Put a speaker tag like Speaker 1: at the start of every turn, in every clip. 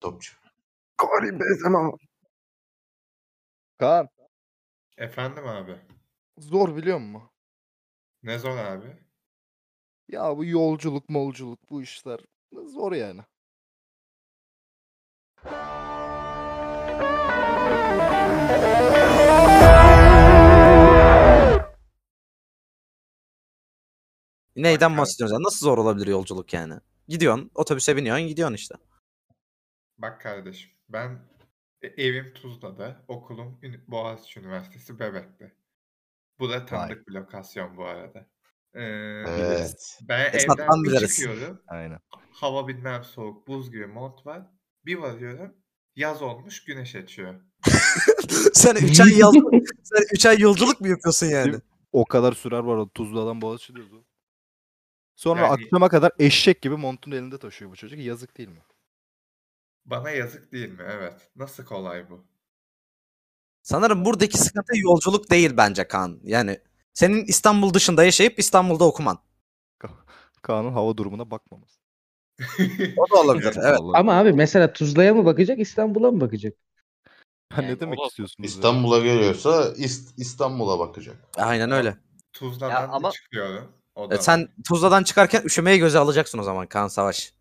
Speaker 1: Topçu.
Speaker 2: Karim Benzema.
Speaker 3: Kaan
Speaker 4: Efendim abi.
Speaker 3: zor biliyor musun?
Speaker 4: Ne zor abi.
Speaker 3: Ya bu yolculuk molculuk bu işler zor yani.
Speaker 1: Neyden
Speaker 4: Bak-
Speaker 1: bahsediyorsun sen? Nasıl zor olabilir yolculuk yani? Gidiyorsun, otobüse biniyorsun, gidiyorsun işte.
Speaker 4: Bak kardeşim ben e, evim Tuzla'da, okulum Ün- Boğaziçi Üniversitesi Bebek'te. Bu da tanıdık bir lokasyon bu arada. Ee,
Speaker 2: Evet.
Speaker 4: Ben
Speaker 1: Esat'tan
Speaker 4: evden bir
Speaker 1: biliriz.
Speaker 4: çıkıyorum.
Speaker 3: Aynen.
Speaker 4: Hava bilmem soğuk, buz gibi mont var. Bir varıyorum. Yaz olmuş, güneş açıyor.
Speaker 1: sen 3 ay yol, sen üç ay yolculuk mu yapıyorsun yani?
Speaker 3: O kadar sürer var arada Tuzla'dan Boğaziçi diyordu. Sonra
Speaker 4: Yani-
Speaker 3: akşama kadar eşek gibi montun elinde taşıyor bu çocuk. Yazık değil mi?
Speaker 4: Bana yazık değil mi? Evet. Nasıl kolay bu?
Speaker 1: Sanırım buradaki sıkıntı yolculuk değil bence Kaan. Yani senin İstanbul dışında yaşayıp İstanbul'da okuman.
Speaker 3: Kaan'ın hava durumuna bakmaması.
Speaker 1: O da olabilir. Evet.
Speaker 3: Vallahi.
Speaker 5: Ama abi mesela Tuzla'ya mı bakacak İstanbul'a mı bakacak?
Speaker 3: Ha, ne
Speaker 5: Yani
Speaker 3: demek
Speaker 2: o da-
Speaker 3: istiyorsunuz? ya?
Speaker 2: İstanbul'a geliyorsa İst- İstanbul'a bakacak.
Speaker 1: Aynen öyle.
Speaker 4: Tuzla'dan da
Speaker 6: ama-
Speaker 4: çıkıyorum. O da
Speaker 1: E, sen Tuzla'dan çıkarken üşümeyi göze alacaksın o zaman Kaan Savaş.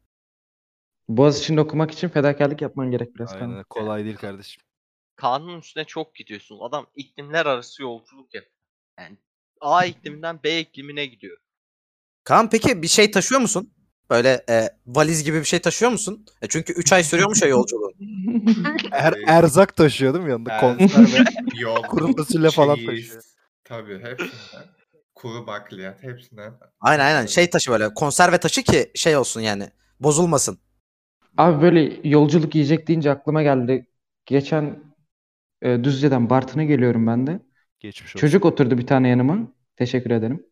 Speaker 5: Boğaziçi'nde okumak için fedakarlık yapman gerek biraz.
Speaker 3: Aynen,
Speaker 5: Aynen.
Speaker 3: kolay değil kardeşim.
Speaker 6: Kaan'ın üstüne çok gidiyorsun. Adam iklimler arası yolculuk yapıyor. Yani A ikliminden B iklimine gidiyor.
Speaker 1: Kaan peki bir şey taşıyor musun? Böyle e, valiz gibi bir şey taşıyor musun? E, çünkü 3 ay sürüyormuş ya yolculuğun.
Speaker 3: Er, erzak taşıyor değil mi yanında?
Speaker 4: Erzak.
Speaker 3: Konserve.
Speaker 4: Yol,
Speaker 3: Kuru fasulye falan
Speaker 4: cheese,
Speaker 3: taşıyor.
Speaker 4: Tabii hepsinden. Kuru bakliyat hepsinden.
Speaker 1: Aynen aynen şey taşı böyle konserve taşı ki şey olsun yani bozulmasın.
Speaker 5: Abi böyle yolculuk yiyecek deyince aklıma geldi. Geçen e, Düzce'den Bartın'a geliyorum ben de.
Speaker 3: Geçmiş olsun.
Speaker 5: Çocuk oturdu bir tane yanıma. Teşekkür ederim.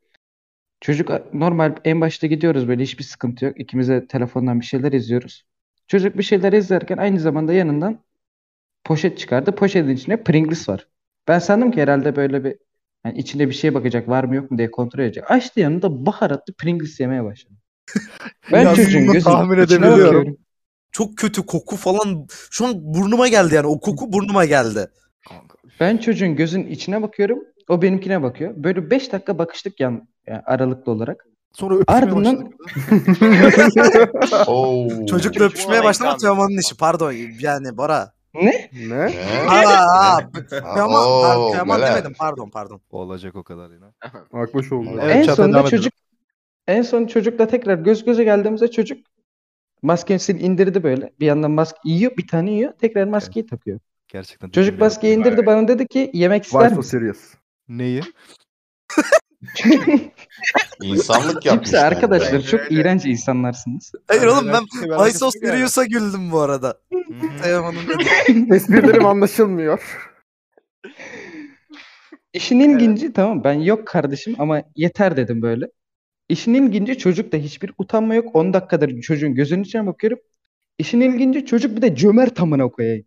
Speaker 5: Çocuk a- normal en başta gidiyoruz böyle hiçbir sıkıntı yok. İkimiz de telefondan bir şeyler izliyoruz. Çocuk bir şeyler izlerken aynı zamanda yanından poşet çıkardı. Poşetin içinde Pringles var. Ben sandım ki herhalde böyle bir yani içinde bir şeye bakacak var mı yok mu diye kontrol edecek. Açtı yanında baharatlı Pringles yemeye başladı. Ben
Speaker 3: Ya
Speaker 5: çocuğun
Speaker 3: bunu
Speaker 5: gözünün
Speaker 3: tahmin
Speaker 5: içine
Speaker 3: edebiliyorum.
Speaker 5: bakıyorum.
Speaker 1: Çok kötü koku falan şu an burnuma geldi yani o koku burnuma geldi.
Speaker 5: Ben çocuğun gözünün içine bakıyorum. O benimkine bakıyor. Böyle 5 dakika bakıştık yan yani aralıklı olarak.
Speaker 3: Sonra öpüşmeye
Speaker 5: Ardından-
Speaker 3: başladık.
Speaker 2: Oo.
Speaker 1: Çocukla
Speaker 6: Çocuğu
Speaker 1: öpüşmeye
Speaker 6: ona
Speaker 1: başlamak
Speaker 6: ikram
Speaker 1: Teoman'ın
Speaker 6: ediyorsun.
Speaker 1: işi pardon yani Bora.
Speaker 5: Ne?
Speaker 3: Ne?
Speaker 2: Ne?
Speaker 1: Aa, aa, Teoman,
Speaker 2: Oo,
Speaker 1: ben Teoman
Speaker 2: Melahat.
Speaker 1: demedim pardon pardon.
Speaker 3: Olacak o kadar yine.
Speaker 7: Akbaş oldu.
Speaker 3: Evet,
Speaker 5: en
Speaker 3: Çağatay
Speaker 5: sonunda
Speaker 3: devam edelim.
Speaker 5: çocuk en son çocukla tekrar göz göze geldiğimizde çocuk maskesini indirdi böyle. Bir yandan maske yiyor, bir tane yiyor. Tekrar maskeyi takıyor.
Speaker 3: Gerçekten.
Speaker 5: Çocuk
Speaker 3: deliriyor.
Speaker 5: maskeyi indirdi bana dedi ki yemek ister
Speaker 7: Why so
Speaker 5: misin?
Speaker 7: serious?
Speaker 3: Neyi?
Speaker 2: İnsanlık yapmış.
Speaker 5: Kimse arkadaşlar
Speaker 4: bence.
Speaker 5: çok iğrenç insanlarsınız.
Speaker 1: Hayır oğlum ben
Speaker 3: Gerçekten bir alakası
Speaker 1: Aysos
Speaker 3: yok yani.
Speaker 1: Sirius'a güldüm bu arada. Teoman'ın dedi.
Speaker 7: Esprilerim anlaşılmıyor.
Speaker 5: İşin ilginci tamam ben yok kardeşim ama yeter dedim böyle. İşin ilginci çocukta hiçbir utanma yok. 10 dakikadır çocuğun gözünün içine bakıyorum. İşin ilginci çocuk bir de cömert amına koyayım.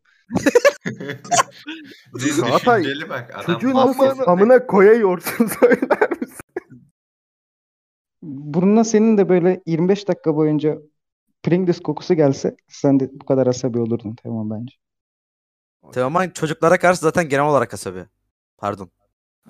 Speaker 7: Çağatay,
Speaker 4: Düşünceli bak. Adam
Speaker 7: Çocuğun
Speaker 4: masası-
Speaker 7: nasıl amına koyuyorsun söyler misin?
Speaker 5: Burnuna senin de böyle 25 dakika boyunca Pringles kokusu gelse sen de bu kadar asabi olurdun tamam bence.
Speaker 1: Teoman çocuklara karşı zaten genel olarak asabi. Pardon.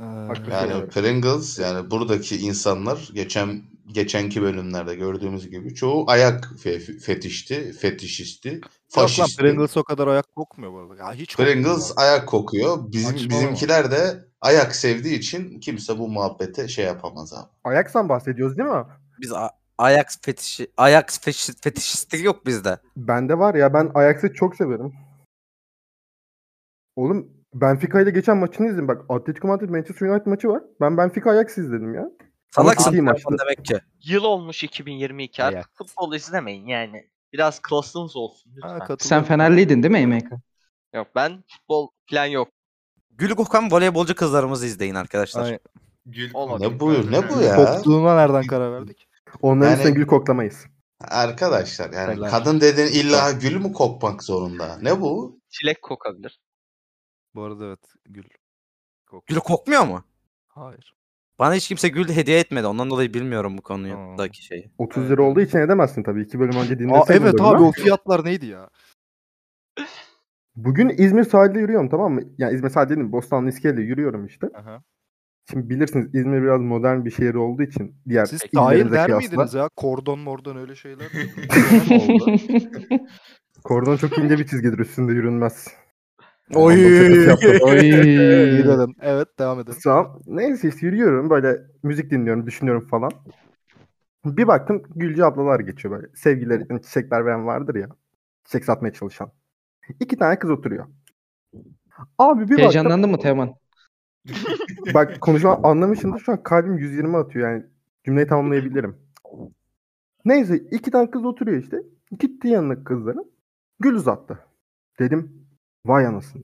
Speaker 3: Ee,
Speaker 2: Yani Pringles yani buradaki insanlar geçen geçenki bölümlerde gördüğümüz gibi çoğu ayak fe- fetişti, fetişisti,
Speaker 3: Yok lan
Speaker 2: faşisti. Pringles,
Speaker 3: Pringles o kadar ayak kokmuyor bu arada. Ya hiç kokmuyor.
Speaker 2: ayak kokuyor. Bizim
Speaker 3: Saçmalama.
Speaker 2: bizimkiler de ayak sevdiği için kimse bu muhabbete şey yapamaz abi.
Speaker 7: Ayaksan bahsediyoruz değil mi?
Speaker 1: Biz a- ayak fetişi ayak fetiş, fetişistliği yok bizde.
Speaker 7: Bende var ya ben Ajax'ı çok severim. Oğlum Benfica ile geçen maçını izledim. Bak Atletico Madrid Manchester United maçı var. Ben Benfica Ajax izledim ya.
Speaker 1: Salaksın
Speaker 7: çok iyi
Speaker 1: Teoman
Speaker 7: maçtı.
Speaker 1: demek ki.
Speaker 6: Yıl olmuş 2022 artık
Speaker 3: Ayak.
Speaker 6: futbol izlemeyin yani. Biraz klasınız olsun
Speaker 3: Ha,
Speaker 6: lütfen.
Speaker 3: katılıyorum.
Speaker 5: Sen Fenerliydin değil mi MK?
Speaker 6: Yok ben futbol plan yok.
Speaker 1: Gül Gökhan voleybolcu kızlarımızı izleyin arkadaşlar.
Speaker 3: Aynen.
Speaker 4: Gül
Speaker 6: Olmadı.
Speaker 2: Ne bu ne bu
Speaker 4: Evet.
Speaker 2: ya?
Speaker 3: Koktuğuna nereden karar verdik?
Speaker 7: Onların
Speaker 2: Yani-
Speaker 7: üstüne gül koklamayız.
Speaker 2: Arkadaşlar yani
Speaker 3: Helal.
Speaker 2: kadın dedin illa gül mü kokmak zorunda? Ne bu?
Speaker 6: Çilek kokabilir.
Speaker 3: Bu arada evet gül. Kok.
Speaker 1: Gül kokmuyor mu?
Speaker 3: Hayır.
Speaker 1: Bana hiç kimse gül hediye etmedi. Ondan dolayı bilmiyorum bu konudaki şeyi.
Speaker 7: 30 lira olduğu için edemezsin tabii. 2 bölüm önce
Speaker 3: Aa,
Speaker 7: dinleseydin
Speaker 3: evet
Speaker 7: bölümü.
Speaker 3: abi o fiyatlar neydi ya?
Speaker 7: Bugün İzmir sahilde yürüyorum tamam mı? Yani İzmir sahilde değil, Bostanlı İskele'de yürüyorum işte.
Speaker 8: Aha.
Speaker 7: Şimdi bilirsiniz İzmir biraz modern bir şehir olduğu için diğer
Speaker 3: Siz
Speaker 7: illerimize
Speaker 3: dahil der
Speaker 7: kıyasla-
Speaker 3: miydiniz ya? Kordon mordon öyle şeyler.
Speaker 7: Kordon çok ince bir çizgidir üstünde yürünmez.
Speaker 1: Oy.
Speaker 5: Oy.
Speaker 3: İyi dedin. Evet devam edelim.
Speaker 7: Tamam. Neyse işte yürüyorum böyle müzik dinliyorum, düşünüyorum falan. Bir baktım Gülce ablalar geçiyor böyle. Sevgiler, yani çiçekler veren vardır ya. Çiçek satmaya çalışan. İki tane kız oturuyor. Abi bir baktım.
Speaker 5: Heyecanlandın mı Teoman?
Speaker 7: Bak konuşma anlamışımdır. Şu an kalbim 120 atıyor yani. Cümleyi tamamlayabilirim. Neyse iki tane kız oturuyor işte. Gitti yanına kızların. Gül uzattı. Dedim vay anasını.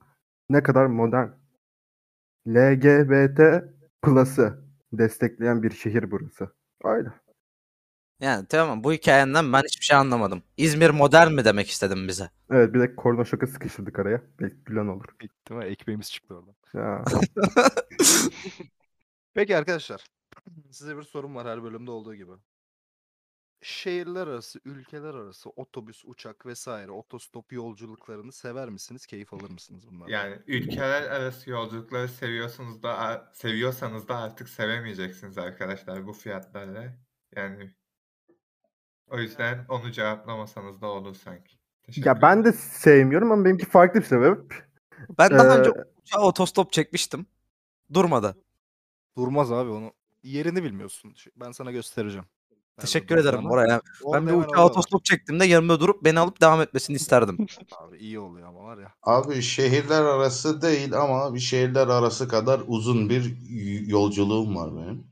Speaker 7: Ne kadar modern. LGBT plus'ı destekleyen bir şehir burası. Öyle.
Speaker 1: Yani tamam bu hikayenden ben hiçbir şey anlamadım. İzmir modern mi demek istedim bize?
Speaker 7: Evet bir de korona şoka sıkıştırdık araya. Belki gülen olur.
Speaker 8: Bitti mi? Ekmeğimiz çıktı oradan.
Speaker 7: Ya.
Speaker 3: Peki arkadaşlar. Size bir sorum var her bölümde olduğu gibi. Şehirler arası, ülkeler arası otobüs, uçak vesaire otostop yolculuklarını sever misiniz? Keyif alır mısınız bunlardan?
Speaker 4: Yani ülkeler arası yolculukları seviyorsunuz da a- seviyorsanız da artık sevemeyeceksiniz arkadaşlar bu fiyatlarla. Yani o yüzden onu cevaplamasanız da olur sanki.
Speaker 7: ya ben de sevmiyorum ama benimki farklı bir sebep.
Speaker 1: Ben daha önce
Speaker 7: Ee,
Speaker 1: uçağa otostop çekmiştim. Durmadı.
Speaker 3: Durmaz abi onu. Yerini bilmiyorsun. Şu- Ben sana göstereceğim. Nerede
Speaker 1: Teşekkür ederim
Speaker 3: duracağını.
Speaker 1: oraya. Ben
Speaker 3: Orada
Speaker 1: bir
Speaker 3: hemen
Speaker 1: uçağa
Speaker 3: orada var.
Speaker 1: otostop çektiğimde yanımda durup beni alıp devam etmesini isterdim.
Speaker 3: Abi iyi oluyor ama var ya.
Speaker 2: Abi şehirler arası değil ama bir şehirler arası kadar uzun bir y- yolculuğum var benim.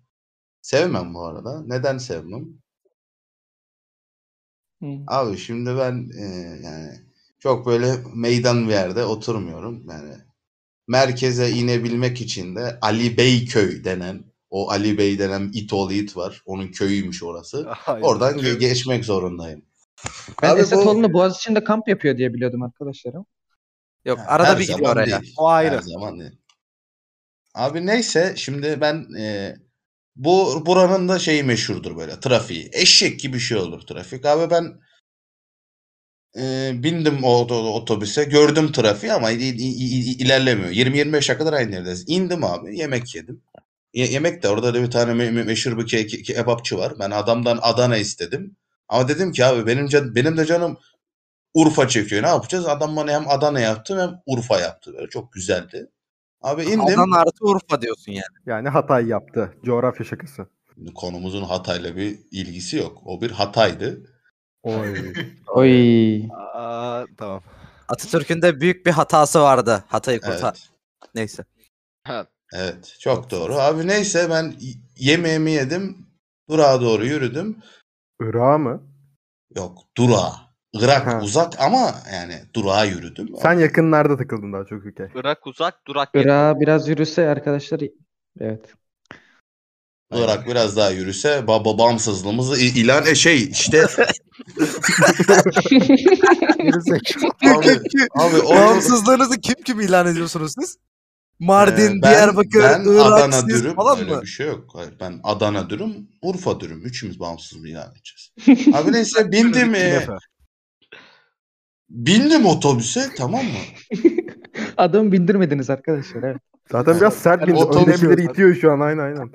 Speaker 2: Sevmem bu arada. Neden sevmem?
Speaker 4: Hmm.
Speaker 2: Abi şimdi ben e, yani çok böyle meydan bir yerde oturmuyorum. Yani merkeze inebilmek için de Ali Beyköy denen o Ali Bey denen İtol Yiğit var. Onun köyüymüş orası.
Speaker 3: Aynen.
Speaker 2: Oradan ge- geçmek zorundayım.
Speaker 5: Ben
Speaker 2: Abi
Speaker 5: Esat
Speaker 2: bu-
Speaker 5: Oğlu'nu Boğaziçi'nde kamp yapıyor diye biliyordum arkadaşlar. ama.
Speaker 1: Yok
Speaker 2: Ha,
Speaker 1: arada
Speaker 2: her
Speaker 1: bir gidiyor
Speaker 2: zaman
Speaker 1: oraya.
Speaker 2: değil.
Speaker 3: O ayrı.
Speaker 2: Her zaman değil. Abi neyse şimdi ben e, bu buranın da şeyi meşhurdur böyle trafiği. Eşek gibi şey olur trafik. Abi ben e, bindim o, o- otobüse gördüm trafiği ama i- i- i- i- ilerlemiyor. 20-25'e kadar aynı yerdeyiz. İndim abi yemek yedim. Ye- yemek de orada da bir tane me- me- meşhur bir ke- ke- kebapçı var. Ben adamdan Adana istedim. Ama dedim ki abi benim can- benim de canım Urfa çekiyor. Ne yapacağız? Adam bana hem Adana yaptı hem Urfa yaptı. Böyle çok güzeldi. Abi indim.
Speaker 1: Adana artı Urfa diyorsun yani.
Speaker 7: Yani Hatay yaptı. Coğrafya şakası.
Speaker 2: Konumuzun Hatay'la bir ilgisi yok. O bir Hatay'dı.
Speaker 7: Oy.
Speaker 5: Oy.
Speaker 3: Aa, tamam.
Speaker 1: Atatürk'ün de büyük bir hatası vardı. Hatay'ı kurtar.
Speaker 2: Evet.
Speaker 1: Neyse.
Speaker 2: Evet, çok doğru. Abi neyse ben y- yemeğimi yedim. Durağa doğru yürüdüm.
Speaker 7: Irak mı?
Speaker 2: Yok, durağa. Irak
Speaker 7: Ha.
Speaker 2: uzak ama yani durağa yürüdüm.
Speaker 7: Sen yakınlarda takıldın daha çok ülke.
Speaker 6: Irak uzak, durak yakın.
Speaker 5: Irak'a biraz yürüse arkadaşlar evet.
Speaker 2: Irak biraz daha yürüse baba bağımsızlığımızı i- ilan e şey işte
Speaker 3: Gerizekalı.
Speaker 2: abi, abi o-
Speaker 1: Bağımsızlığınızı kim kim ilan ediyorsunuz siz? Mardin,
Speaker 2: Ee, ben-
Speaker 1: Diyarbakır,
Speaker 2: ben
Speaker 1: Irak,
Speaker 2: Adana
Speaker 1: siz
Speaker 2: dürüm
Speaker 1: falan
Speaker 2: öyle
Speaker 1: mı?
Speaker 2: bir şey yok. Hayır, ben Adana dürüm, Urfa dürüm. Üçümüz bağımsız bir ilan edeceğiz. Abi neyse bindim e,
Speaker 3: Künefe.
Speaker 2: bindim otobüse tamam mı?
Speaker 5: Adamı bindirmediniz arkadaşlar evet.
Speaker 7: Zaten biraz sert bir
Speaker 3: Yani otobüs-
Speaker 7: öndekileri itiyor şu an aynen aynen.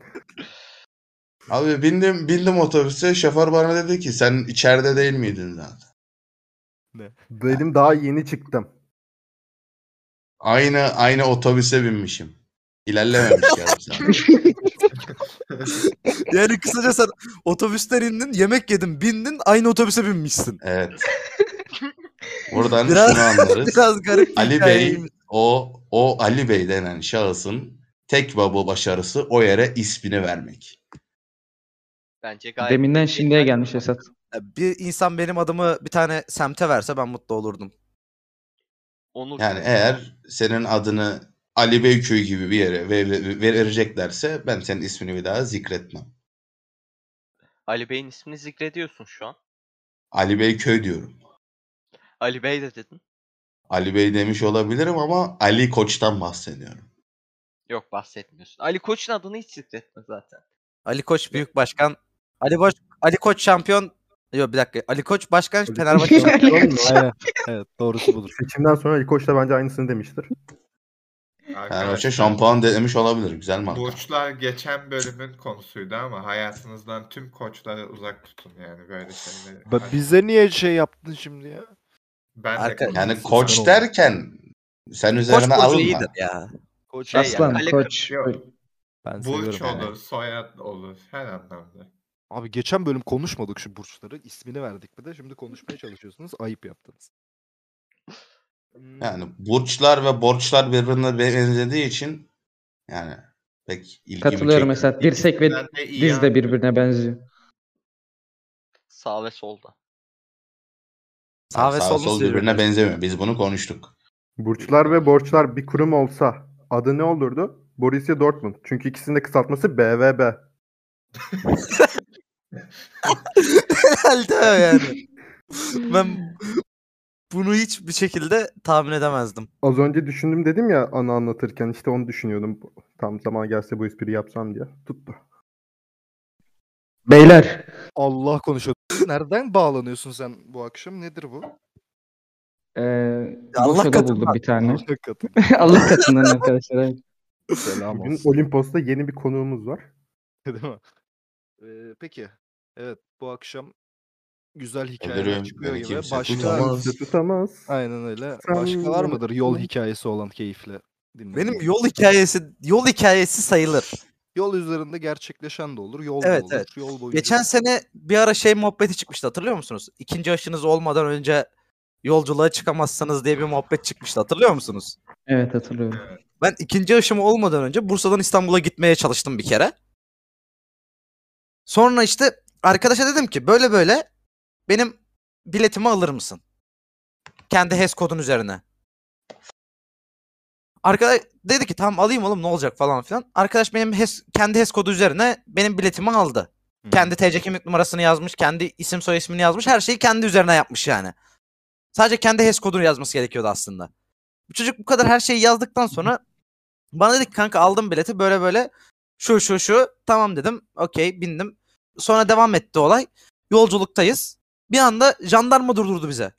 Speaker 2: Abi bindim bindim otobüse şoför bana dedi ki sen içeride değil miydin zaten?
Speaker 7: Benim daha yeni çıktım.
Speaker 2: Aynı aynı otobüse binmişim. İlerlememiş yarım saat.
Speaker 1: Yani kısaca sen otobüsten indin, yemek yedin, bindin, aynı otobüse binmişsin.
Speaker 2: Evet. Buradan
Speaker 1: Biraz-
Speaker 2: şunu anlarız.
Speaker 1: Biraz garip bir
Speaker 2: Ali Bey
Speaker 1: hikayeymiş.
Speaker 2: o o Ali Bey denen şahısın tek baba başarısı o yere ismini vermek.
Speaker 6: Bence gayet.
Speaker 5: Deminden şimdiye gelmiş Esat.
Speaker 1: Bir insan benim adımı bir tane semte verse ben mutlu olurdum.
Speaker 6: Onur.
Speaker 2: Yani eğer senin adını Ali Beyköy gibi bir yere ve- ve- vereceklerse ben senin ismini bir daha zikretmem.
Speaker 6: Ali Bey'in ismini zikrediyorsun şu an.
Speaker 2: Ali Beyköy diyorum.
Speaker 6: Ali Bey de dedin.
Speaker 2: Ali Bey demiş olabilirim ama Ali Koç'tan bahsediyorum.
Speaker 6: Yok bahsetmiyorsun. Ali Koç'un adını hiç zikretme zaten.
Speaker 1: Ali Koç büyük başkan. Ali Koç, Ali Koç şampiyon Yok bir dakika. Ali Koç başkan
Speaker 7: Koç-
Speaker 1: Fenerbahçe.
Speaker 7: Oğlum,
Speaker 8: Aynen. Evet doğrusu budur.
Speaker 7: Seçimden sonra Ali Koç da bence aynısını demiştir.
Speaker 2: Fenerbahçe şey şampuan denemiş olabilir. Güzel marka.
Speaker 4: Burçlar geçen bölümün konusuydu ama hayatınızdan tüm koçlara uzak tutun yani böyle şeyleri. Hani
Speaker 9: Ba- Bize niye şey yaptın şimdi ya?
Speaker 4: Ben de
Speaker 1: Arka-
Speaker 4: konuşayım.
Speaker 2: Yani koç derken sen
Speaker 1: Koç
Speaker 2: üzerine
Speaker 1: Burcu
Speaker 2: alınma.
Speaker 1: iyidir ya.
Speaker 6: Koç şey
Speaker 5: Aslan,
Speaker 6: yani, Ali
Speaker 5: koç.
Speaker 4: Yok,
Speaker 8: Ben
Speaker 4: Burç
Speaker 8: seviyorum.
Speaker 4: olur,
Speaker 8: yani.
Speaker 4: soyad olur her anlamda.
Speaker 8: Abi geçen bölüm konuşmadık şu burçları. ismini verdik bir de. Şimdi konuşmaya çalışıyorsunuz. Ayıp yaptınız.
Speaker 2: Yani burçlar ve borçlar birbirine benzediği için yani pek ilgimi
Speaker 5: Katılıyorum
Speaker 2: çekmiyor.
Speaker 5: mesela. Dirsek ve
Speaker 4: İkisinden de iyi
Speaker 5: diz de
Speaker 4: abi.
Speaker 5: birbirine benziyor.
Speaker 6: sağ ve solda.
Speaker 1: Sağ ve
Speaker 2: Sağ
Speaker 1: solun
Speaker 2: sol
Speaker 1: sivri.
Speaker 2: birbirine benzemiyor. Biz bunu konuştuk.
Speaker 7: Burçlar ve borçlar bir kurum olsa adı ne olurdu? Borussia Dortmund. Çünkü ikisinin de kısaltması BVB.
Speaker 1: Herhalde yani. ben bunu hiçbir şekilde tahmin edemezdim.
Speaker 7: Az önce düşündüm dedim ya ana anlatırken işte onu düşünüyordum. Tam zaman gelse bu espriyi yapsam diye. Tuttu.
Speaker 5: Beyler.
Speaker 8: Allah konuşuyor. Nereden bağlanıyorsun sen bu akşam? Nedir bu?
Speaker 5: Eee
Speaker 1: Allah
Speaker 5: Allah
Speaker 1: katından.
Speaker 5: buldum bir tane.
Speaker 8: Hakikaten.
Speaker 5: Allah katından arkadaşlar. evet.
Speaker 8: Selam
Speaker 7: Bugün
Speaker 8: olsun.
Speaker 7: Olimpos'ta yeni bir konuğumuz var.
Speaker 8: Değil mi? Ee, peki. Evet bu akşam güzel hikayeler
Speaker 2: Ölürüm,
Speaker 8: çıkıyor
Speaker 2: beni
Speaker 8: gibi.
Speaker 2: kimse
Speaker 8: Başka...
Speaker 2: tutamaz.
Speaker 7: Kimse tutamaz.
Speaker 8: Aynen öyle.
Speaker 7: Sen
Speaker 8: Başka var
Speaker 7: beni
Speaker 8: mıdır yol
Speaker 7: tutamaz.
Speaker 8: hikayesi olan keyifle? dinleyin.
Speaker 1: Benim yol hikayesi yol hikayesi sayılır.
Speaker 8: Yol üzerinde gerçekleşen de olur, yol
Speaker 1: Evet,
Speaker 8: da olur.
Speaker 1: evet.
Speaker 8: Yol boyunca
Speaker 1: Geçen sene bir ara şey muhabbeti çıkmıştı hatırlıyor musunuz? İkinci aşınız olmadan önce yolculuğa çıkamazsınız diye bir muhabbet çıkmıştı hatırlıyor musunuz?
Speaker 5: Evet hatırlıyorum.
Speaker 1: Ben ikinci aşımı olmadan önce Bursa'dan İstanbul'a gitmeye çalıştım bir kere. Sonra işte arkadaşa dedim ki böyle böyle benim biletimi alır mısın? Kendi HES kodun üzerine. Arkadaş dedi ki tamam alayım oğlum ne olacak falan filan. Arkadaş benim HES, kendi HES kodu üzerine benim biletimi aldı.
Speaker 8: Hı.
Speaker 1: Kendi TC kimlik numarasını yazmış, kendi isim soy ismini yazmış. Her şeyi kendi üzerine yapmış yani. Sadece kendi HES kodunu yazması gerekiyordu aslında. Bu çocuk bu kadar her şeyi yazdıktan sonra bana dedi ki kanka aldım bileti böyle böyle şu şu şu tamam dedim. Okey bindim. Sonra devam etti olay. Yolculuktayız. Bir anda jandarma durdurdu bize.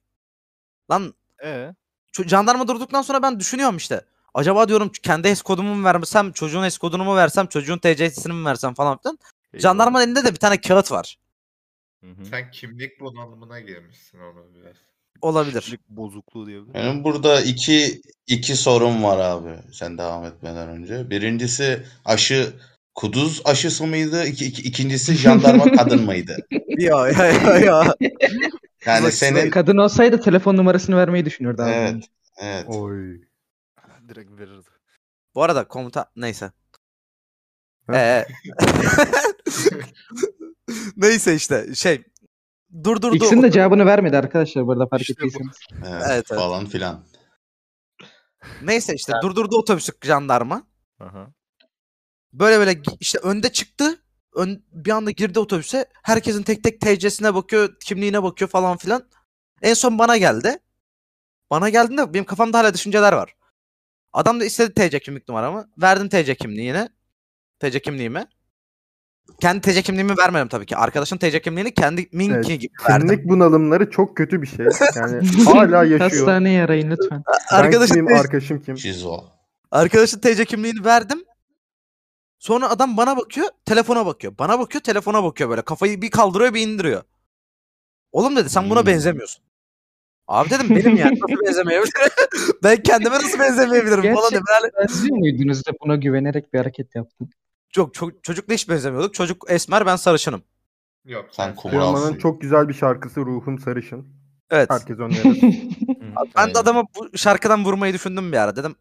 Speaker 1: Lan
Speaker 8: Ee,
Speaker 1: Ço- jandarma durduktan sonra ben düşünüyorum işte. Acaba diyorum kendi HES kodumu mu versem, çocuğun HES kodunu mu versem, çocuğun TC'sini mi versem falan filan. Jandarmanın elinde de bir tane kağıt var.
Speaker 8: eyvah. Hı hı.
Speaker 4: Sen kimlik bunalımına girmişsin onu biraz.
Speaker 1: Olabilir.
Speaker 8: Kişilik bozukluğu diyebilir. miyim?
Speaker 2: Benim burada iki iki sorum var abi. Sen devam etmeden önce. Birincisi aşı kuduz aşısı mıydı? İki, iki- ikincisi jandarma kadın mıydı?
Speaker 1: ya ya ya ya.
Speaker 2: Yani
Speaker 1: Kuduz aşısı
Speaker 2: senin
Speaker 5: Kadın olsaydı telefon numarasını vermeyi düşünürdü abi.
Speaker 2: evet evet.
Speaker 7: Oy.
Speaker 8: Direkt verirdi.
Speaker 1: Bu arada komutan neyse.
Speaker 7: Ha?
Speaker 1: Ee, neyse işte şey durdurdu.
Speaker 5: İkisinin de cevabını vermedi arkadaşlar burada fark
Speaker 8: İşte bu.
Speaker 5: ettiyseniz.
Speaker 2: Evet,
Speaker 1: Evet, evet.
Speaker 2: falan filan.
Speaker 1: Neyse işte durdurdu otobüsü jandarma.
Speaker 8: Aha.
Speaker 1: Böyle böyle gi- işte önde çıktı. Ön, bir anda girdi otobüse. Herkesin tek tek TC'sine bakıyor, kimliğine bakıyor falan filan. En son bana geldi. Bana geldiğinde benim kafamda hala düşünceler var. Adam da istedi TC kimlik numaramı. Verdim TC kimliğini. TC kimliğimi. Kendi TC kimliğimi vermedim tabii ki. Arkadaşın TC kimliğini kendi minki gibi verdim.
Speaker 7: Kimlik bunalımları çok kötü bir şey. Yani hala yaşıyor.
Speaker 5: Hastaneye arayın lütfen.
Speaker 7: Ben
Speaker 1: Arkadaşın
Speaker 7: kimim,
Speaker 1: TC
Speaker 7: arkadaşım kim?
Speaker 2: Şizo.
Speaker 1: Arkadaşın TC kimliğini verdim. Sonra adam bana bakıyor, telefona bakıyor. Bana bakıyor, telefona bakıyor böyle. Kafayı bir kaldırıyor, bir indiriyor. Oğlum dedi sen buna
Speaker 2: Hmm.
Speaker 1: benzemiyorsun. Abi dedim benim yani nasıl benzemeyebilirim? ben kendime nasıl benzemeyebilirim falan dedim. Yani
Speaker 5: Benziyor muydunuz da buna güvenerek bir hareket yaptın?
Speaker 1: Yok ço- çocukla hiç benzemiyorduk. Çocuk esmer ben sarışınım.
Speaker 4: Yok
Speaker 2: Sen
Speaker 4: sen
Speaker 2: kumral.
Speaker 7: Teoman'ın çok güzel bir şarkısı Ruhum Sarışın.
Speaker 1: Evet.
Speaker 7: Herkes önerir.
Speaker 1: Ben de adama bu şarkıdan vurmayı düşündüm bir ara dedim.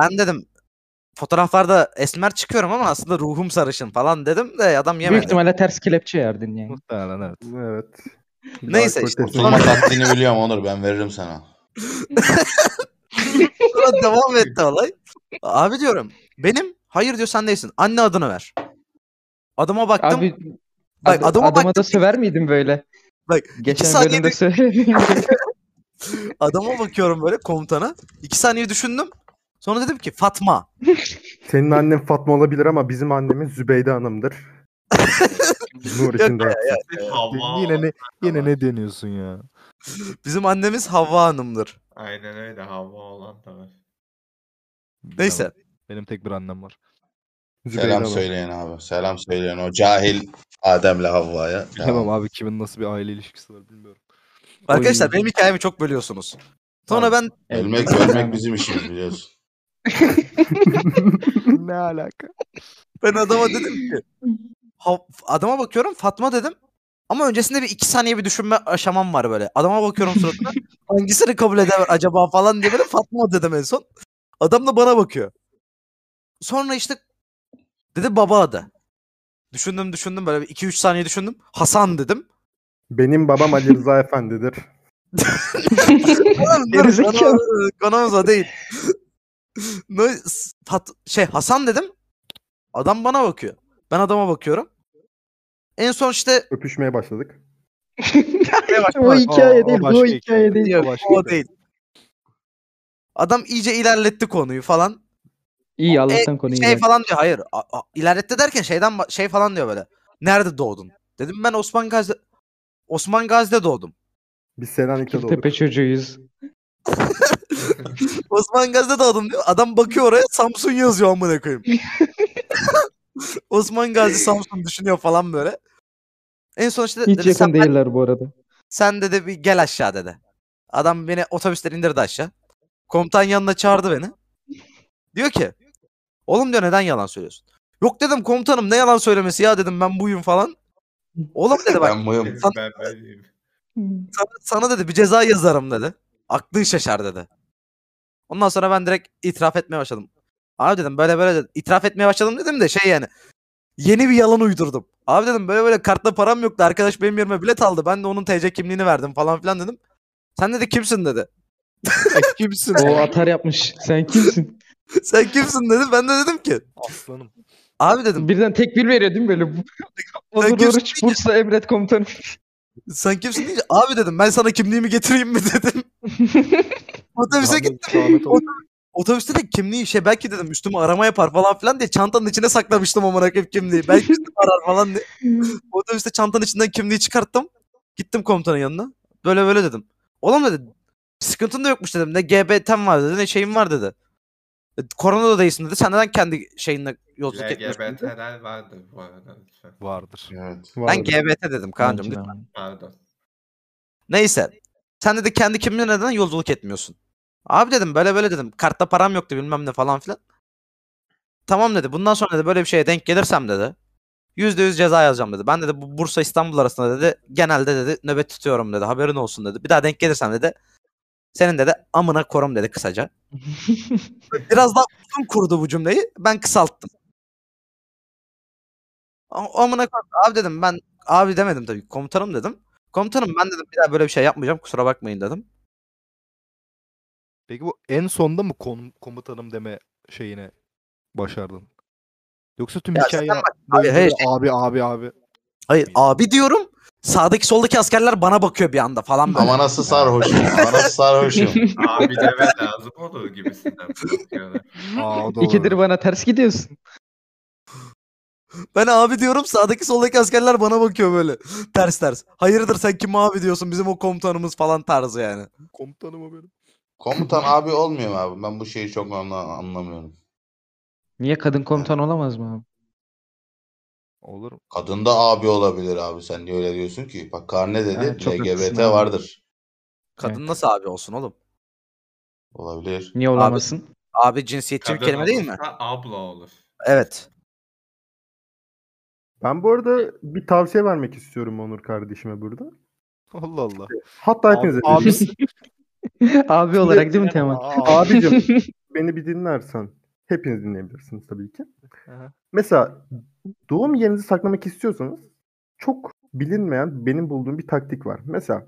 Speaker 1: Ben dedim fotoğraflarda esmer çıkıyorum ama aslında ruhum sarışın falan dedim de adam
Speaker 5: Büyük
Speaker 1: yemedi.
Speaker 5: ihtimalle ters kelepçe yerdin yani.
Speaker 8: Muhtemelen evet.
Speaker 7: evet.
Speaker 1: Neyse işte.
Speaker 2: Tutulma taktiğini biliyorum Onur ben veririm sana.
Speaker 1: Sonra devam etti olay. Abi diyorum benim hayır diyor sen değilsin. Anne adını ver. Adama baktım.
Speaker 5: Abi
Speaker 1: bak,
Speaker 5: ad-
Speaker 1: adama
Speaker 5: adama,
Speaker 1: baktım.
Speaker 5: da söver miydin böyle?
Speaker 1: Bak, iki
Speaker 5: Geçen
Speaker 1: saniyede-
Speaker 5: bölümde söylediğim gibi.
Speaker 1: Adama bakıyorum böyle komutana. İki saniye düşündüm. Sonra dedim ki Fatma.
Speaker 7: Senin annen Fatma olabilir ama bizim annemiz Zübeyde Hanım'dır. Nur içinde yatsın.
Speaker 4: Hava.
Speaker 9: Yine ne yine
Speaker 4: var.
Speaker 9: ne deniyorsun ya?
Speaker 1: Bizim annemiz Havva Hanım'dır.
Speaker 4: Aynen öyle hava olan da var.
Speaker 1: Neyse.
Speaker 8: Benim tek bir annem var.
Speaker 7: Zübeyde
Speaker 2: Selam
Speaker 7: Hanım.
Speaker 2: söyleyin abi. Selam söyleyin o cahil Adem'le Havva'ya.
Speaker 8: Bilemem abi kimin nasıl bir aile ilişkisi var bilmiyorum.
Speaker 1: Arkadaşlar benim hikayemi çok bölüyorsunuz. Sonra ben
Speaker 2: Ölmek ölmek bizim işimiz biliyorsun.
Speaker 9: ne alaka?
Speaker 1: ben adama dedim ki "Ha- adama bakıyorum Fatma dedim. Ama öncesinde bir iki saniye bir düşünme aşamam var böyle. Adama bakıyorum suratına. hangisini kabul eder acaba falan diye böyle Fatma dedim en son. Adam da bana bakıyor. Sonra işte dedi baba adı. Düşündüm düşündüm böyle 2-3 saniye düşündüm. Hasan dedim.
Speaker 7: Benim babam Ali Rıza Efendi'dir.
Speaker 1: Lan dur,
Speaker 5: Gerizekalı.
Speaker 1: konu- Konumuz o değil. Ne- s- Fat- şey Hasan dedim. Adam bana bakıyor. Ben adama bakıyorum. En son işte
Speaker 7: Öpüşmeye başladık.
Speaker 5: o
Speaker 8: hikaye değil, bu hikaye
Speaker 5: değil.
Speaker 1: Yok, o değil. Adam iyice ilerletti konuyu falan.
Speaker 5: İyi
Speaker 1: E,
Speaker 5: Allah'tan konuyu
Speaker 1: şey
Speaker 5: ilerle.
Speaker 1: falan diyor hayır. A- a- ilerletti derken şeyden ba- şey falan diyor böyle. Nerede doğdun? Dedim ben Osman Gazi Osman Gazi'de doğdum.
Speaker 7: Biz Selanik'te doğduk.
Speaker 5: Tepe çocuğuyuz.
Speaker 1: Osman Gazi'de doğdum diyor. Adam bakıyor oraya Samsun yazıyor amına koyayım. Osman Gazi Samsun düşünüyor falan böyle. En son işte
Speaker 5: Hiç
Speaker 1: dedi,
Speaker 5: yakın
Speaker 1: sen,
Speaker 5: değiller bu arada.
Speaker 1: sen dedi bir gel aşağı dedi. Adam beni otobüsten indirdi aşağı. Komutan yanına çağırdı beni. Diyor ki oğlum diyor neden yalan söylüyorsun? Yok dedim komutanım ne yalan söylemesi ya dedim ben buyum falan. Oğlum dedi bak
Speaker 2: Ben buyum.
Speaker 4: Benim
Speaker 1: Sana-
Speaker 4: ben böyleyim.
Speaker 1: sana, sana dedi bir ceza yazarım dedi. Aklın şaşar dedi. Ondan sonra ben direkt itiraf etmeye başladım. Abi dedim böyle böyle dedim. itiraf etmeye başladım dedim de şey yani. Yeni bir yalan uydurdum. Abi dedim böyle böyle kartla param yoktu. Arkadaş benim yerime bilet aldı. Ben de onun TC kimliğini verdim falan filan dedim. Sen dedi kimsin dedi.
Speaker 9: Kimsin?
Speaker 5: O atar yapmış. Sen kimsin?
Speaker 1: Sen kimsin dedi. Ben de dedim ki.
Speaker 8: Aslanım.
Speaker 1: Abi dedim
Speaker 5: Birden tekbir veriyor değil mi böyle?
Speaker 1: Sen
Speaker 5: Onur
Speaker 1: kimsin
Speaker 5: Oruç Bursa Emret Komutanı.
Speaker 1: sen kimsin deyince. Abi dedim ben sana kimliğimi getireyim mi dedim. Otobüse gittim. Otobüste de kimliği şey belki dedim üstümü arama yapar falan filan diye çantanın içine saklamıştım amına koyayım kimliği. Belki üstümü arar falan diye. Otobüste çantanın içinden kimliği çıkarttım. Gittim komutanın yanına. Böyle böyle dedim. Oğlum dedi sıkıntın da yokmuş dedim. Ne GBT'm var dedi ne şeyim var dedi. E, Korona da değilsin dedi. Sen neden kendi şeyinle yolculuk etmiyorsun dedi.
Speaker 4: LGBT'ler vardır bu arada lütfen.
Speaker 8: Vardır.
Speaker 2: Evet.
Speaker 1: Ben
Speaker 7: Vardı.
Speaker 1: GBT dedim kancım.
Speaker 5: Bence de.
Speaker 4: Pardon.
Speaker 1: Neyse. Sen dedi kendi kimliğine neden yolculuk etmiyorsun? Abi dedim böyle böyle dedim. Kartta param yoktu bilmem ne falan filan. Tamam dedi. Bundan sonra dedi böyle bir şeye denk gelirsem dedi. Yüzde yüz ceza yazacağım dedi. Ben dedi bu Bursa İstanbul arasında dedi. Genelde dedi nöbet tutuyorum dedi. Haberin olsun dedi. Bir daha denk gelirsem dedi. Senin dedi amına korum dedi kısaca. Biraz daha uzun kurdu bu cümleyi. Ben kısalttım. A- Amına korum. Abi dedim ben abi demedim tabii. Komutanım dedim. Komutanım ben dedim bir daha böyle bir şey yapmayacağım. Kusura bakmayın dedim.
Speaker 8: Peki bu en sonda mı kon- komutanım deme şeyine başardın? Yoksa tüm
Speaker 1: Ya
Speaker 8: hikaye
Speaker 1: zaten
Speaker 8: boyunca
Speaker 1: hayır,
Speaker 8: böyle abi abi abi.
Speaker 1: Hayır abi diyorum. Sağdaki soldaki askerler bana bakıyor bir anda falan böyle.
Speaker 2: Ama nasıl sarhoşum? Ama nasıl sarhoşum?
Speaker 4: Abi deme lazım olur gibisinden bakıyorlar.
Speaker 8: Aa, doğru.
Speaker 5: İkidir bana ters gidiyorsun.
Speaker 1: Ben abi diyorum sağdaki soldaki askerler bana bakıyor böyle. Ters ters. Hayırdır sen kim abi diyorsun bizim o komutanımız falan tarzı yani.
Speaker 8: Komutanım o benim.
Speaker 2: Komutan abi olmuyor mu abi? Ben bu şeyi çok anla- anlamıyorum.
Speaker 5: Niye kadın komutan olamaz mı abi?
Speaker 8: Olur mu?
Speaker 2: Kadın da abi olabilir abi. Sen niye öyle diyorsun ki? Bak karne dedi.
Speaker 5: Evet, çok
Speaker 2: LGBT
Speaker 5: haklısın abi.
Speaker 2: vardır.
Speaker 1: Kadın
Speaker 5: Evet.
Speaker 1: nasıl abi olsun oğlum?
Speaker 2: Olabilir.
Speaker 5: Niye olamasın?
Speaker 1: Abi cinsiyetçi bir
Speaker 4: Kadın
Speaker 1: kelime değil mi?
Speaker 4: olursa Abla olur.
Speaker 1: Evet.
Speaker 7: Ben bu arada bir tavsiye vermek istiyorum Onur kardeşime burada.
Speaker 8: Allah Allah.
Speaker 7: Hatta hepinize
Speaker 8: Ab-
Speaker 7: veriyorum.
Speaker 8: abisi-
Speaker 5: Abi olarak değil mi Teoman?
Speaker 8: Aa,
Speaker 7: Abicim beni bir dinlersen hepiniz dinleyebilirsiniz tabii ki.
Speaker 8: Aha.
Speaker 7: Mesela doğum yerinizi saklamak istiyorsanız çok bilinmeyen benim bulduğum bir taktik var. Mesela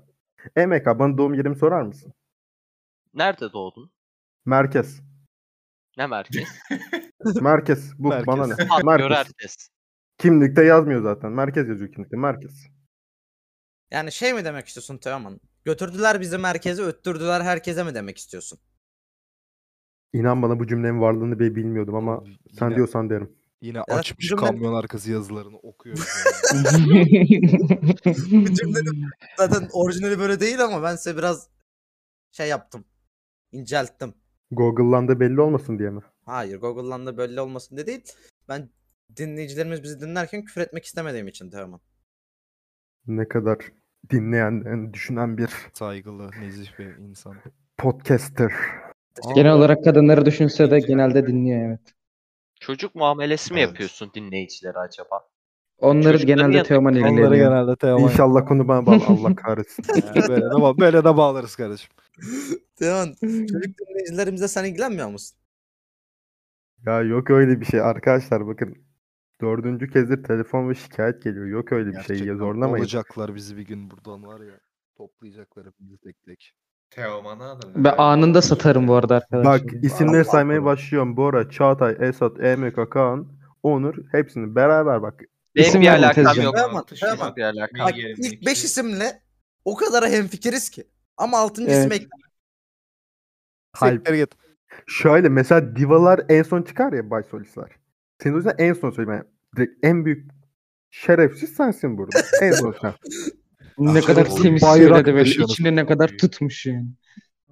Speaker 7: EMK bana doğum yerimi sorar mısın?
Speaker 6: Nerede doğdun?
Speaker 7: Merkez.
Speaker 6: Ne merkez?
Speaker 7: Merkez. Bu
Speaker 8: Merkez.
Speaker 7: bana ne?
Speaker 6: Göre
Speaker 7: Merkez.
Speaker 6: herkes.
Speaker 7: Kimlikte yazmıyor zaten. Merkez yazıyor kimlikte. Merkez.
Speaker 1: Yani şey mi demek istiyorsun Teoman? Götürdüler bizi merkeze öttürdüler herkese mi demek istiyorsun?
Speaker 7: İnan bana bu cümlenin varlığını bile bilmiyordum ama sen
Speaker 8: Yine-
Speaker 7: diyorsan derim.
Speaker 3: Yine
Speaker 1: Evet,
Speaker 3: açmış
Speaker 1: cümle-
Speaker 3: kamyon arkası yazılarını okuyor.
Speaker 1: cümlenin- Zaten orijinali böyle değil ama ben size biraz şey yaptım. İncelttim.
Speaker 7: Google'dan da belli olmasın diye mi?
Speaker 1: Hayır Google'dan da böyle olmasın diye değil. Ben dinleyicilerimiz bizi dinlerken küfür etmek istemediğim için tamam.
Speaker 7: Ne kadar dinleyen, düşünen bir
Speaker 3: Saygılı, nezih bir insan.
Speaker 7: podcaster.
Speaker 5: Genel olarak kadınları düşünse de genelde dinliyor evet.
Speaker 6: Çocuk muamelesi mi
Speaker 2: Evet.
Speaker 6: yapıyorsun dinleyicilere acaba?
Speaker 5: Onları
Speaker 6: Çocukların
Speaker 5: genelde
Speaker 6: yanında-
Speaker 5: Teoman
Speaker 3: Onları
Speaker 5: ilgileniyor.
Speaker 3: genelde Teoman.
Speaker 7: İnşallah konu bana bağlı. Allah kahretsin.
Speaker 3: böyle, de, ba- böyle de bağlarız kardeşim.
Speaker 1: Teoman çocuk dinleyicilerimize sen ilgilenmiyor musun?
Speaker 7: ya yok öyle bir şey arkadaşlar bakın. Dördüncü kezdir telefon ve şikayet geliyor. Yok öyle bir şey. Ya
Speaker 3: Gerçekten
Speaker 7: zorlamayın.
Speaker 3: Olacaklar bizi bir gün buradan var ya. Toplayacaklar hepimizi tek tek.
Speaker 4: Teoman'ı alın.
Speaker 5: Ve anında satarım bu arada arkadaşlar.
Speaker 7: Bak isimleri saymaya başlıyorum. Bora, Çağatay, Esat, Emeka, Kaan, Onur hepsini beraber bak.
Speaker 6: Benim
Speaker 5: İsim
Speaker 6: bir
Speaker 5: verme
Speaker 6: alakam
Speaker 5: Tezcan.
Speaker 6: yok.
Speaker 1: Tamam,
Speaker 6: Benim
Speaker 1: tamam.
Speaker 6: bir alakam
Speaker 1: Bak
Speaker 6: yok.
Speaker 4: Bilgi
Speaker 1: ilk
Speaker 4: edinmek
Speaker 1: 5
Speaker 4: için.
Speaker 1: isimle o kadar hemfikiriz ki. Ama 6.
Speaker 5: Evet.
Speaker 1: isim ekle.
Speaker 7: Kalp.
Speaker 3: Siktir git.
Speaker 7: Şöyle mesela divalar en son çıkar ya bay solistler. Senin o yüzden en son söyleyeyim. Yani direkt en büyük şerefsiz sensin burada. en son sen.
Speaker 5: Ne kadar
Speaker 4: Oğlum,
Speaker 5: temiz
Speaker 7: bayrak
Speaker 5: söyledi böyle.
Speaker 3: taşıyorsunuz.
Speaker 5: İçini ne kadar tutmuş yani.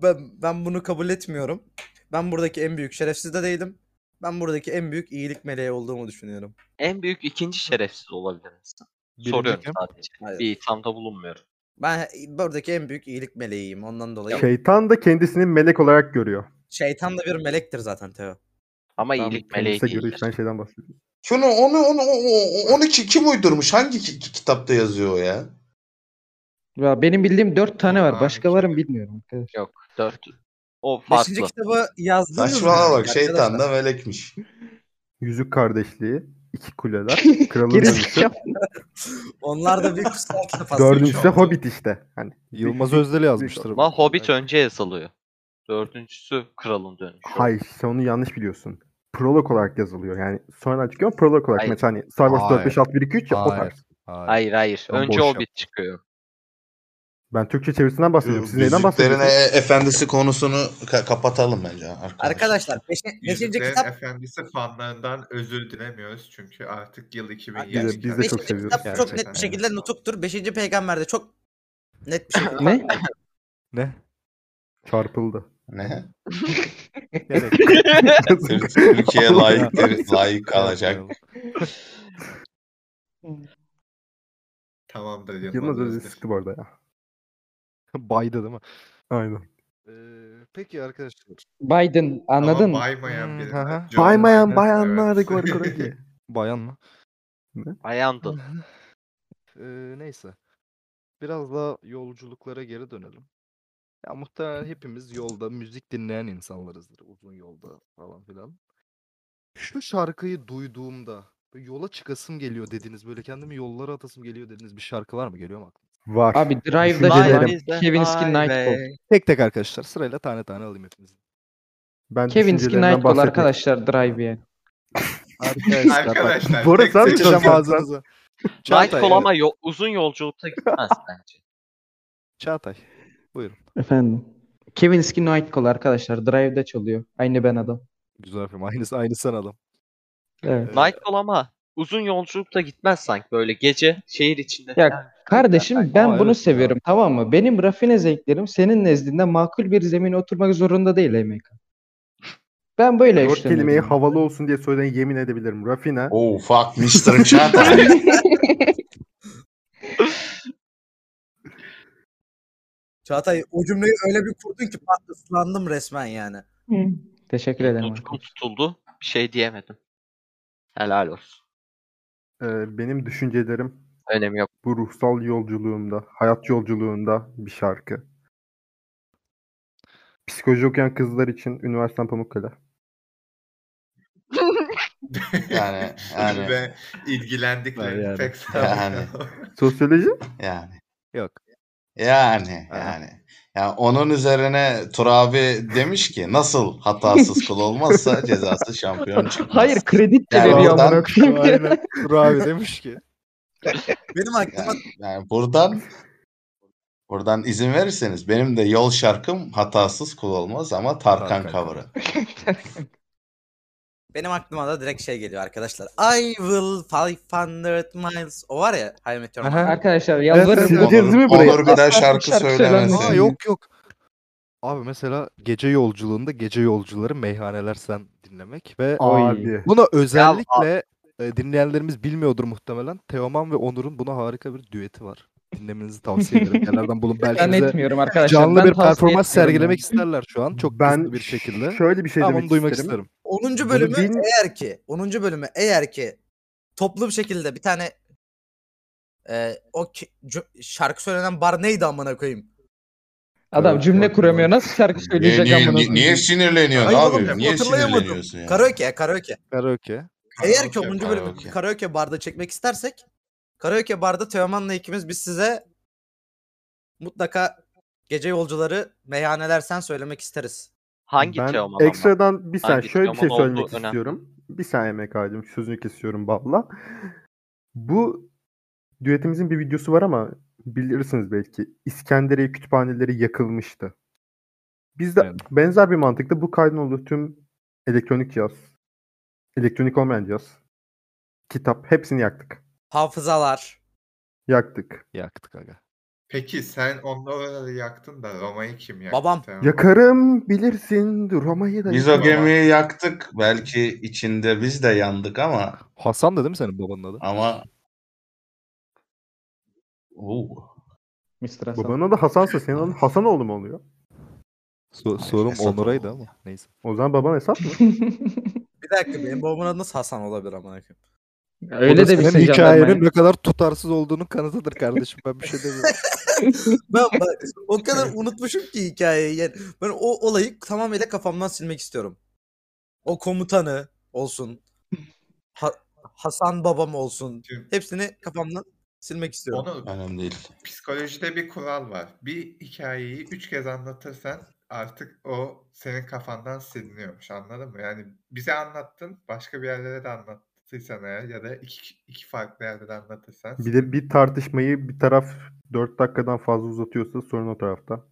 Speaker 1: Ben, ben bunu kabul etmiyorum. Ben buradaki en büyük şerefsiz de değilim. Ben buradaki en büyük iyilik meleği olduğumu düşünüyorum.
Speaker 6: En büyük ikinci şerefsiz olabilir misin?
Speaker 3: Birinci
Speaker 6: Soruyorum
Speaker 3: kim?
Speaker 6: sadece.
Speaker 1: Hayır.
Speaker 6: Bir ithamda bulunmuyorum.
Speaker 1: Ben buradaki en büyük iyilik meleğiyim. Ondan dolayı
Speaker 7: Şeytan da kendisini melek olarak görüyor.
Speaker 1: şeytan da bir melektir zaten Teo.
Speaker 6: Ama
Speaker 7: Tam
Speaker 6: iyilik meleği
Speaker 7: kendisine göre
Speaker 6: değildir.
Speaker 7: üç tane şeyden bahsediyorum.
Speaker 2: Şunu onu onu onu, onu ki- kim uydurmuş? Hangi ki- ki- kitapta yazıyor o ya?
Speaker 5: Ya benim bildiğim dört tane var.
Speaker 4: Abi,
Speaker 5: Başka
Speaker 4: şey-
Speaker 5: varım bilmiyorum arkadaşlar.
Speaker 6: Yok. Dört. O farklı.
Speaker 1: Beşinci kitabı yazdınız mı?
Speaker 2: Saçmalama bak
Speaker 1: arkadaşlar?
Speaker 2: şeytan da melekmiş.
Speaker 7: Yüzük kardeşliği, iki kuleler, kralın dönüşü.
Speaker 5: Gerizekalı.
Speaker 1: Onlar da bir kutsal kitap aslında.
Speaker 7: Dördüncüsü de
Speaker 4: Üç oldu.
Speaker 7: Hobbit işte. Hani
Speaker 3: Yılmaz Özdil yazmıştır.
Speaker 6: Ama
Speaker 3: bunu.
Speaker 6: Hobbit önce yazılıyor. Dördüncüsü Kralın Dönüşü.
Speaker 7: Hayır sen onu yanlış biliyorsun. Prolog olarak yazılıyor. Yani sonra çıkıyor prolog olarak.
Speaker 6: Hayır.
Speaker 7: Mesela hani Star Wars 4,
Speaker 3: Hayır.
Speaker 7: 5, 6, 1, 2, 3 ya o
Speaker 3: Hayır.
Speaker 7: tarz.
Speaker 3: Hayır.
Speaker 6: Hayır hayır.
Speaker 3: Lan
Speaker 6: Önce
Speaker 3: boş
Speaker 6: Hobbit çıkıyor.
Speaker 7: Ben Türkçe çevirisinden bahsediyorum. Siz neyden
Speaker 2: Yüzüklerin
Speaker 7: bahsediyorsunuz?
Speaker 2: E- efendisi konusunu ka- kapatalım bence arkadaşlar.
Speaker 1: Arkadaşlar beşi- beşinci
Speaker 4: Yüzüklerin
Speaker 1: kitap
Speaker 4: Efendisi fanlarından özür dilemiyoruz çünkü artık yıl 2022.
Speaker 7: Biz de- biz de çok
Speaker 1: beşinci
Speaker 7: seviyoruz.
Speaker 1: kitap çok net
Speaker 4: Gerçekten.
Speaker 1: bir şekilde nutuktur. Beşinci peygamberde çok net bir şekilde.
Speaker 5: Ne?
Speaker 3: Ne?
Speaker 7: Çarpıldı.
Speaker 2: Ne?
Speaker 3: Gerek.
Speaker 2: Tür- Türkiye layık layık kalacak.
Speaker 3: Yapmayalım.
Speaker 4: Tamamdır Yılmaz,
Speaker 7: Yılmaz Özdil
Speaker 4: Özdil.
Speaker 7: sıktı bu arada ya.
Speaker 3: Baydı değil mi?
Speaker 7: Aynen.
Speaker 3: Ee, peki arkadaşlar.
Speaker 5: Biden anladın
Speaker 4: Ama
Speaker 5: mı?
Speaker 4: baymayan
Speaker 3: Hmm,
Speaker 4: biri.
Speaker 3: hı hı.
Speaker 4: John
Speaker 7: Baymayan
Speaker 4: Biden,
Speaker 7: bayanlar da
Speaker 4: evet.
Speaker 7: gori gori.
Speaker 3: Bayan mı?
Speaker 6: Ayandın.
Speaker 3: Ee, neyse. Biraz da yolculuklara geri dönelim. Ya muhtemelen hepimiz yolda müzik dinleyen insanlarızdır. Uzun yolda falan filan. Şu şarkıyı duyduğumda böyle yola çıkasım geliyor dediniz. Böyle kendimi yollara atasım geliyor dediniz. Bir şarkı var mı? Geliyor mu aklınıza?
Speaker 7: Var.
Speaker 5: Abi Drive'da
Speaker 7: Düşüncelerim.
Speaker 5: falan Kevinski Nightfall.
Speaker 3: Tek tek arkadaşlar. Sırayla tane tane alayım hepinizden.
Speaker 7: Ben
Speaker 5: Kevinski
Speaker 7: düşüncelerimden
Speaker 5: Nightfall
Speaker 7: bahsetmek-
Speaker 5: arkadaşlar Drive yani.
Speaker 3: Arkadaşlar bak.
Speaker 4: Arkadaşlar.
Speaker 7: Bu arada
Speaker 4: tek
Speaker 7: sen mi
Speaker 4: seçim-
Speaker 7: çalışıyorsun?
Speaker 3: Seçeceğim
Speaker 7: Çağatay.
Speaker 3: ağzınıza.
Speaker 6: Nightfall
Speaker 3: Çağatay.
Speaker 6: ama yo- uzun yolculukta gitmez bence.
Speaker 3: Çağatay.
Speaker 5: Efendim. Kevinski Nightfall arkadaşlar. Drive'da çalıyor. Aynı ben adam.
Speaker 3: Güzel film. Aynısı, aynı sen adam.
Speaker 5: Evet.
Speaker 3: Ee,
Speaker 6: Nightfall ama uzun yolculukta gitmez sanki böyle gece şehir içinde.
Speaker 5: Ya
Speaker 6: falan.
Speaker 5: Kardeşim ben
Speaker 3: Aa, evet
Speaker 5: bunu
Speaker 3: ya.
Speaker 5: seviyorum tamam mı? Benim rafine zevklerim senin nezdinde makul bir zemine oturmak zorunda değil MK. Ben böyle
Speaker 7: Dört
Speaker 5: üstleniyorum.
Speaker 7: kelimeyi
Speaker 5: yani.
Speaker 7: havalı olsun diye söyleyen yemin edebilirim. Rafine.
Speaker 2: Oh fuck Mr. Çağatay.
Speaker 1: Çağatay o cümleyi öyle bir kurdun ki ben ıslandım resmen yani.
Speaker 5: Teşekkür ederim
Speaker 6: Tutkum
Speaker 5: arkadaşlar.
Speaker 6: tutuldu. Bir şey diyemedim. Helal olsun.
Speaker 7: e, benim düşüncelerim
Speaker 6: Önemi yok.
Speaker 7: bu ruhsal yolculuğumda, hayat yolculuğunda bir şarkı. Psikoloji okuyan kızlar için Üniversiteden Pamukkale.
Speaker 2: Yani yani
Speaker 4: Ve ilgilendikleri
Speaker 3: Yani.
Speaker 4: pek sanmıyorum.
Speaker 7: Sosyoloji?
Speaker 2: yani
Speaker 3: Yok.
Speaker 2: yani
Speaker 3: Aha.
Speaker 2: yani. Ya onun üzerine Turabi demiş ki nasıl hatasız kul olmazsa cezası şampiyon çıkmaz.
Speaker 5: Hayır kredit de
Speaker 2: Yani
Speaker 5: veriyor
Speaker 2: oradan-
Speaker 5: amına koyayım.
Speaker 3: Aynen. Turabi demiş ki.
Speaker 1: Benim aklıma
Speaker 2: Yani, yani buradan buradan izin verirseniz benim de yol şarkım hatasız kul olmaz ama Tarkan
Speaker 3: Tarkan
Speaker 2: cover'ı.
Speaker 1: Benim aklıma da direkt şey geliyor arkadaşlar. I will 500 miles. O var ya. Hayır Meteor
Speaker 9: Aha.
Speaker 1: Man.
Speaker 5: Arkadaşlar
Speaker 9: Evet,
Speaker 5: yalvarırım.
Speaker 9: evet.
Speaker 2: Onur,
Speaker 9: Gideceğiz değil mi buraya?
Speaker 2: Onur bir daha
Speaker 9: Aslan
Speaker 2: şarkı,
Speaker 9: şarkı
Speaker 2: söylemesin.
Speaker 9: söylenmez.
Speaker 3: Aa
Speaker 9: Senin-
Speaker 3: yok yok. Abi mesela gece yolculuğunda gece yolcuları meyhaneler sen dinlemek ve
Speaker 7: Abi.
Speaker 3: buna özellikle e, dinleyenlerimiz bilmiyordur muhtemelen. Teoman ve Onur'un buna harika bir düeti var. Dinlemenizi tavsiye ederim. Yerlerden bulun belki
Speaker 5: Ben
Speaker 3: bize
Speaker 5: etmiyorum arkadaşlar.
Speaker 3: canlı
Speaker 5: Ben
Speaker 3: bir
Speaker 5: tavsiye
Speaker 3: performans
Speaker 5: etmiyorum
Speaker 3: sergilemek
Speaker 5: ya.
Speaker 3: isterler şu an çok
Speaker 7: ben
Speaker 3: hızlı bir şekilde.
Speaker 7: şöyle bir şey
Speaker 3: Ben
Speaker 7: demek
Speaker 3: onu duymak
Speaker 7: isterim.
Speaker 3: isterim.
Speaker 1: 10.
Speaker 7: Bunu
Speaker 1: bölümü
Speaker 7: bil-
Speaker 1: eğer ki 10. bölümü eğer ki toplu bir şekilde bir tane e, o ki- cü- şarkı söylenen bar neydi amına koyayım?
Speaker 5: Adam
Speaker 3: Evet,
Speaker 5: cümle
Speaker 3: doğru.
Speaker 5: kuramıyor. Nasıl şarkı
Speaker 2: Niye,
Speaker 5: söyleyecek
Speaker 2: niye,
Speaker 5: amına
Speaker 2: niye, niye
Speaker 5: koyayım?
Speaker 2: sinirleniyorsun
Speaker 1: Hayır
Speaker 2: abi?
Speaker 1: oğlum,
Speaker 2: Niye
Speaker 1: hatırlayamadım.
Speaker 2: sinirleniyorsun yani?
Speaker 1: Karaoke, karaoke.
Speaker 3: Karaoke.
Speaker 1: Eğer ki
Speaker 4: Karaoke,
Speaker 1: 10. bölümü
Speaker 2: karaoke.
Speaker 1: bir karaoke barda çekmek istersek karaoke barda Teoman'la ikimiz biz size mutlaka gece yolcuları meyhaneler sen söylemek isteriz.
Speaker 6: Hangi
Speaker 7: ben
Speaker 6: Teoman ama?
Speaker 7: ekstradan bir saniye
Speaker 6: Hangi
Speaker 7: şöyle bir şey
Speaker 6: Teoman
Speaker 7: söylemek
Speaker 6: olduğu önemli.
Speaker 7: istiyorum. Bir saniye Mekacığım sözünü kesiyorum balla. Bu düetimizin bir videosu var ama bilirsiniz belki. İskenderiye kütüphaneleri yakılmıştı. Biz de
Speaker 3: Evet.
Speaker 7: benzer bir mantıkta bu kaydın olduğu tüm elektronik cihaz, elektronik olmayan cihaz, kitap hepsini yaktık.
Speaker 1: Hafızalar.
Speaker 7: Yaktık.
Speaker 3: Yaktık aga.
Speaker 4: Peki sen onları yaktın da Roma'yı kim yaktı?
Speaker 1: Babam.
Speaker 4: Teoman?
Speaker 7: Yakarım bilirsin Roma'yı da
Speaker 2: Biz o
Speaker 7: yakarım.
Speaker 2: gemiyi yaktık. Belki içinde biz de yandık ama
Speaker 3: Hasan da değil mi senin babanın adı?
Speaker 2: ama Oo.
Speaker 5: Mr. Hasan.
Speaker 7: Babanın adı Hasan'sa senin adın Hasanoğlu mu oluyor?
Speaker 3: So- sorum
Speaker 2: Esat
Speaker 3: Onuray'dı
Speaker 2: oğlu.
Speaker 3: ama neyse.
Speaker 7: O zaman baban hesap mı?
Speaker 1: Bir dakika benim babamın adı nasıl Hasan olabilir amına koyayım?
Speaker 5: Öyle de
Speaker 3: Burası
Speaker 5: bir
Speaker 3: hem
Speaker 5: şey
Speaker 3: hikayenin ne kadar tutarsız olduğunun kanıtıdır kardeşim. Ben bir şey demiyorum.
Speaker 1: Ben bak, o kadar unutmuşum ki hikayeyi. Yani ben o olayı tamamıyla kafamdan silmek istiyorum. O komutanı olsun. Ha- Hasan babam olsun.
Speaker 4: Şimdi
Speaker 1: Hepsini kafamdan silmek istiyorum.
Speaker 4: Onu
Speaker 2: Önemli değil.
Speaker 4: psikolojide bir kural var. Bir hikayeyi üç kez anlatırsan artık o senin kafandan siliniyormuş anladın mı? Yani bize anlattın başka bir yerlere de anlattıysan eğer ya da iki, iki farklı yerde de anlatırsan
Speaker 7: Bir de bir tartışmayı bir taraf 4 dakikadan fazla uzatıyorsa sorun o tarafta.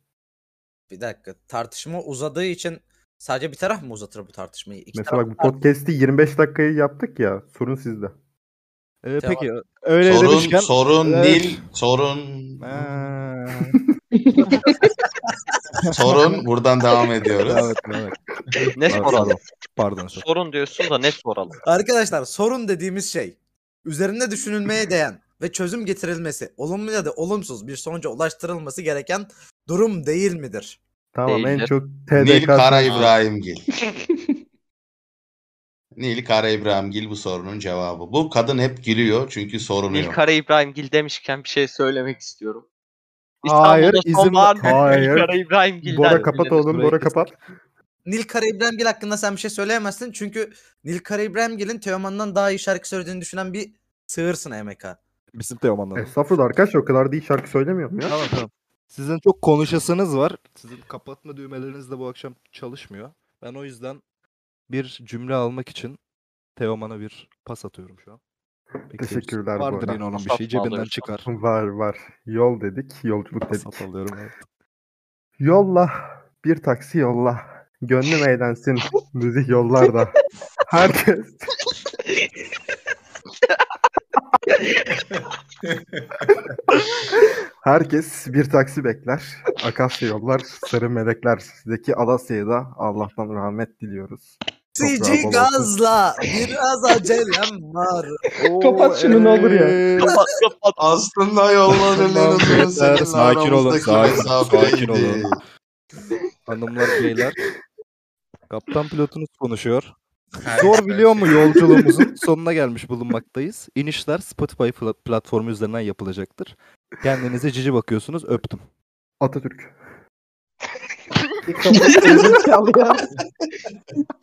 Speaker 1: Bir dakika. Tartışma uzadığı için sadece bir taraf mı uzatır bu tartışmayı? İki
Speaker 7: Mesela
Speaker 1: taraf
Speaker 7: bak bu
Speaker 1: tar-
Speaker 7: podcast'i 25 dakikayı yaptık ya sorun sizde.
Speaker 3: Ee,
Speaker 1: Teoman.
Speaker 3: peki öyle
Speaker 2: sorun
Speaker 3: demişken
Speaker 2: sorun
Speaker 3: Evet.
Speaker 2: değil. Sorun
Speaker 3: Ha.
Speaker 2: sorun buradan devam ediyoruz.
Speaker 3: Devam et, devam et.
Speaker 6: Ne
Speaker 3: Pardon,
Speaker 6: soralım?
Speaker 3: Pardon. Pardon. Esat.
Speaker 6: Sorun diyorsun da ne soralım?
Speaker 1: Arkadaşlar sorun dediğimiz şey üzerinde düşünülmeye değen ve çözüm getirilmesi olumlu ya da olumsuz bir sonuca ulaştırılması gereken durum değil midir?
Speaker 7: Tamam en
Speaker 6: Değildir.
Speaker 7: çok
Speaker 2: Nil
Speaker 7: TDK
Speaker 2: Kara
Speaker 7: sen-
Speaker 2: İbrahimgil. Nil Kara İbrahimgil bu sorunun cevabı. Bu kadın hep gülüyor çünkü sorunu
Speaker 6: Nil
Speaker 2: yok.
Speaker 6: Kara İbrahimgil demişken bir şey söylemek istiyorum.
Speaker 3: Hayır,
Speaker 6: İstanbul'da
Speaker 3: izin-
Speaker 6: sonbahar günü
Speaker 7: Hayır.
Speaker 6: Nil Kara İbrahimgil'den
Speaker 7: Bora kapat
Speaker 6: dinledim.
Speaker 7: oğlum Bora
Speaker 3: Burayı
Speaker 7: kapat.
Speaker 1: Nil Kara İbrahimgil hakkında sen bir şey söyleyemezsin çünkü Nil Kara İbrahimgil'in Teoman'dan daha iyi şarkı söylediğini düşünen bir sığırsın MK.
Speaker 3: Bizim Teoman'dan.
Speaker 7: Estağfurullah arkadaşlar o kadar değil şarkı söylemiyorum ya.
Speaker 3: Tamam tamam. Sizin çok konuşasınız var. Sizin kapatma düğmeleriniz de bu akşam çalışmıyor. Ben o yüzden bir cümle almak için Teoman'a bir pas atıyorum şu an. Bekleriz.
Speaker 7: Teşekkürler
Speaker 3: Vardır
Speaker 7: Bora.
Speaker 3: yine onun bir
Speaker 6: Pas
Speaker 3: şey
Speaker 6: mı
Speaker 3: cebinden
Speaker 6: alıyorsun?
Speaker 3: çıkar.
Speaker 7: Var var. Yol dedik, yolculuk
Speaker 3: Pas
Speaker 7: dedik.
Speaker 3: at alıyorum. evet.
Speaker 7: Yolla, bir taksi yolla. Gönlüm eğlensin, müzik yollarda. Herkes Herkes bir taksi bekler. Akasya yollar, sarı melekler. Sizdeki Alasya'ya da Allah'tan rahmet diliyoruz. Toprağı
Speaker 1: Sici
Speaker 7: bol olsun.
Speaker 1: gazla biraz acelem var.
Speaker 5: Kapat şunu ne olur ya.
Speaker 3: Eee,
Speaker 6: Kapat kapat.
Speaker 2: Aslında yolların en uzun
Speaker 3: Hanımefendiler,
Speaker 2: seninle
Speaker 3: sakin olun,
Speaker 2: aramızdaki
Speaker 3: sakin, sakin olun.
Speaker 2: mesafeydi.
Speaker 3: Hanımlar beyler. Kaptan pilotunuz konuşuyor.
Speaker 4: Her
Speaker 3: Zor biliyor mu
Speaker 4: şey-
Speaker 3: yolculuğumuzun sonuna gelmiş bulunmaktayız. İnişler Spotify pla- platformu üzerinden yapılacaktır. Kendinize cici bakıyorsunuz. Öptüm.
Speaker 7: Atatürk.
Speaker 5: Kapat. Gerizekalı ya.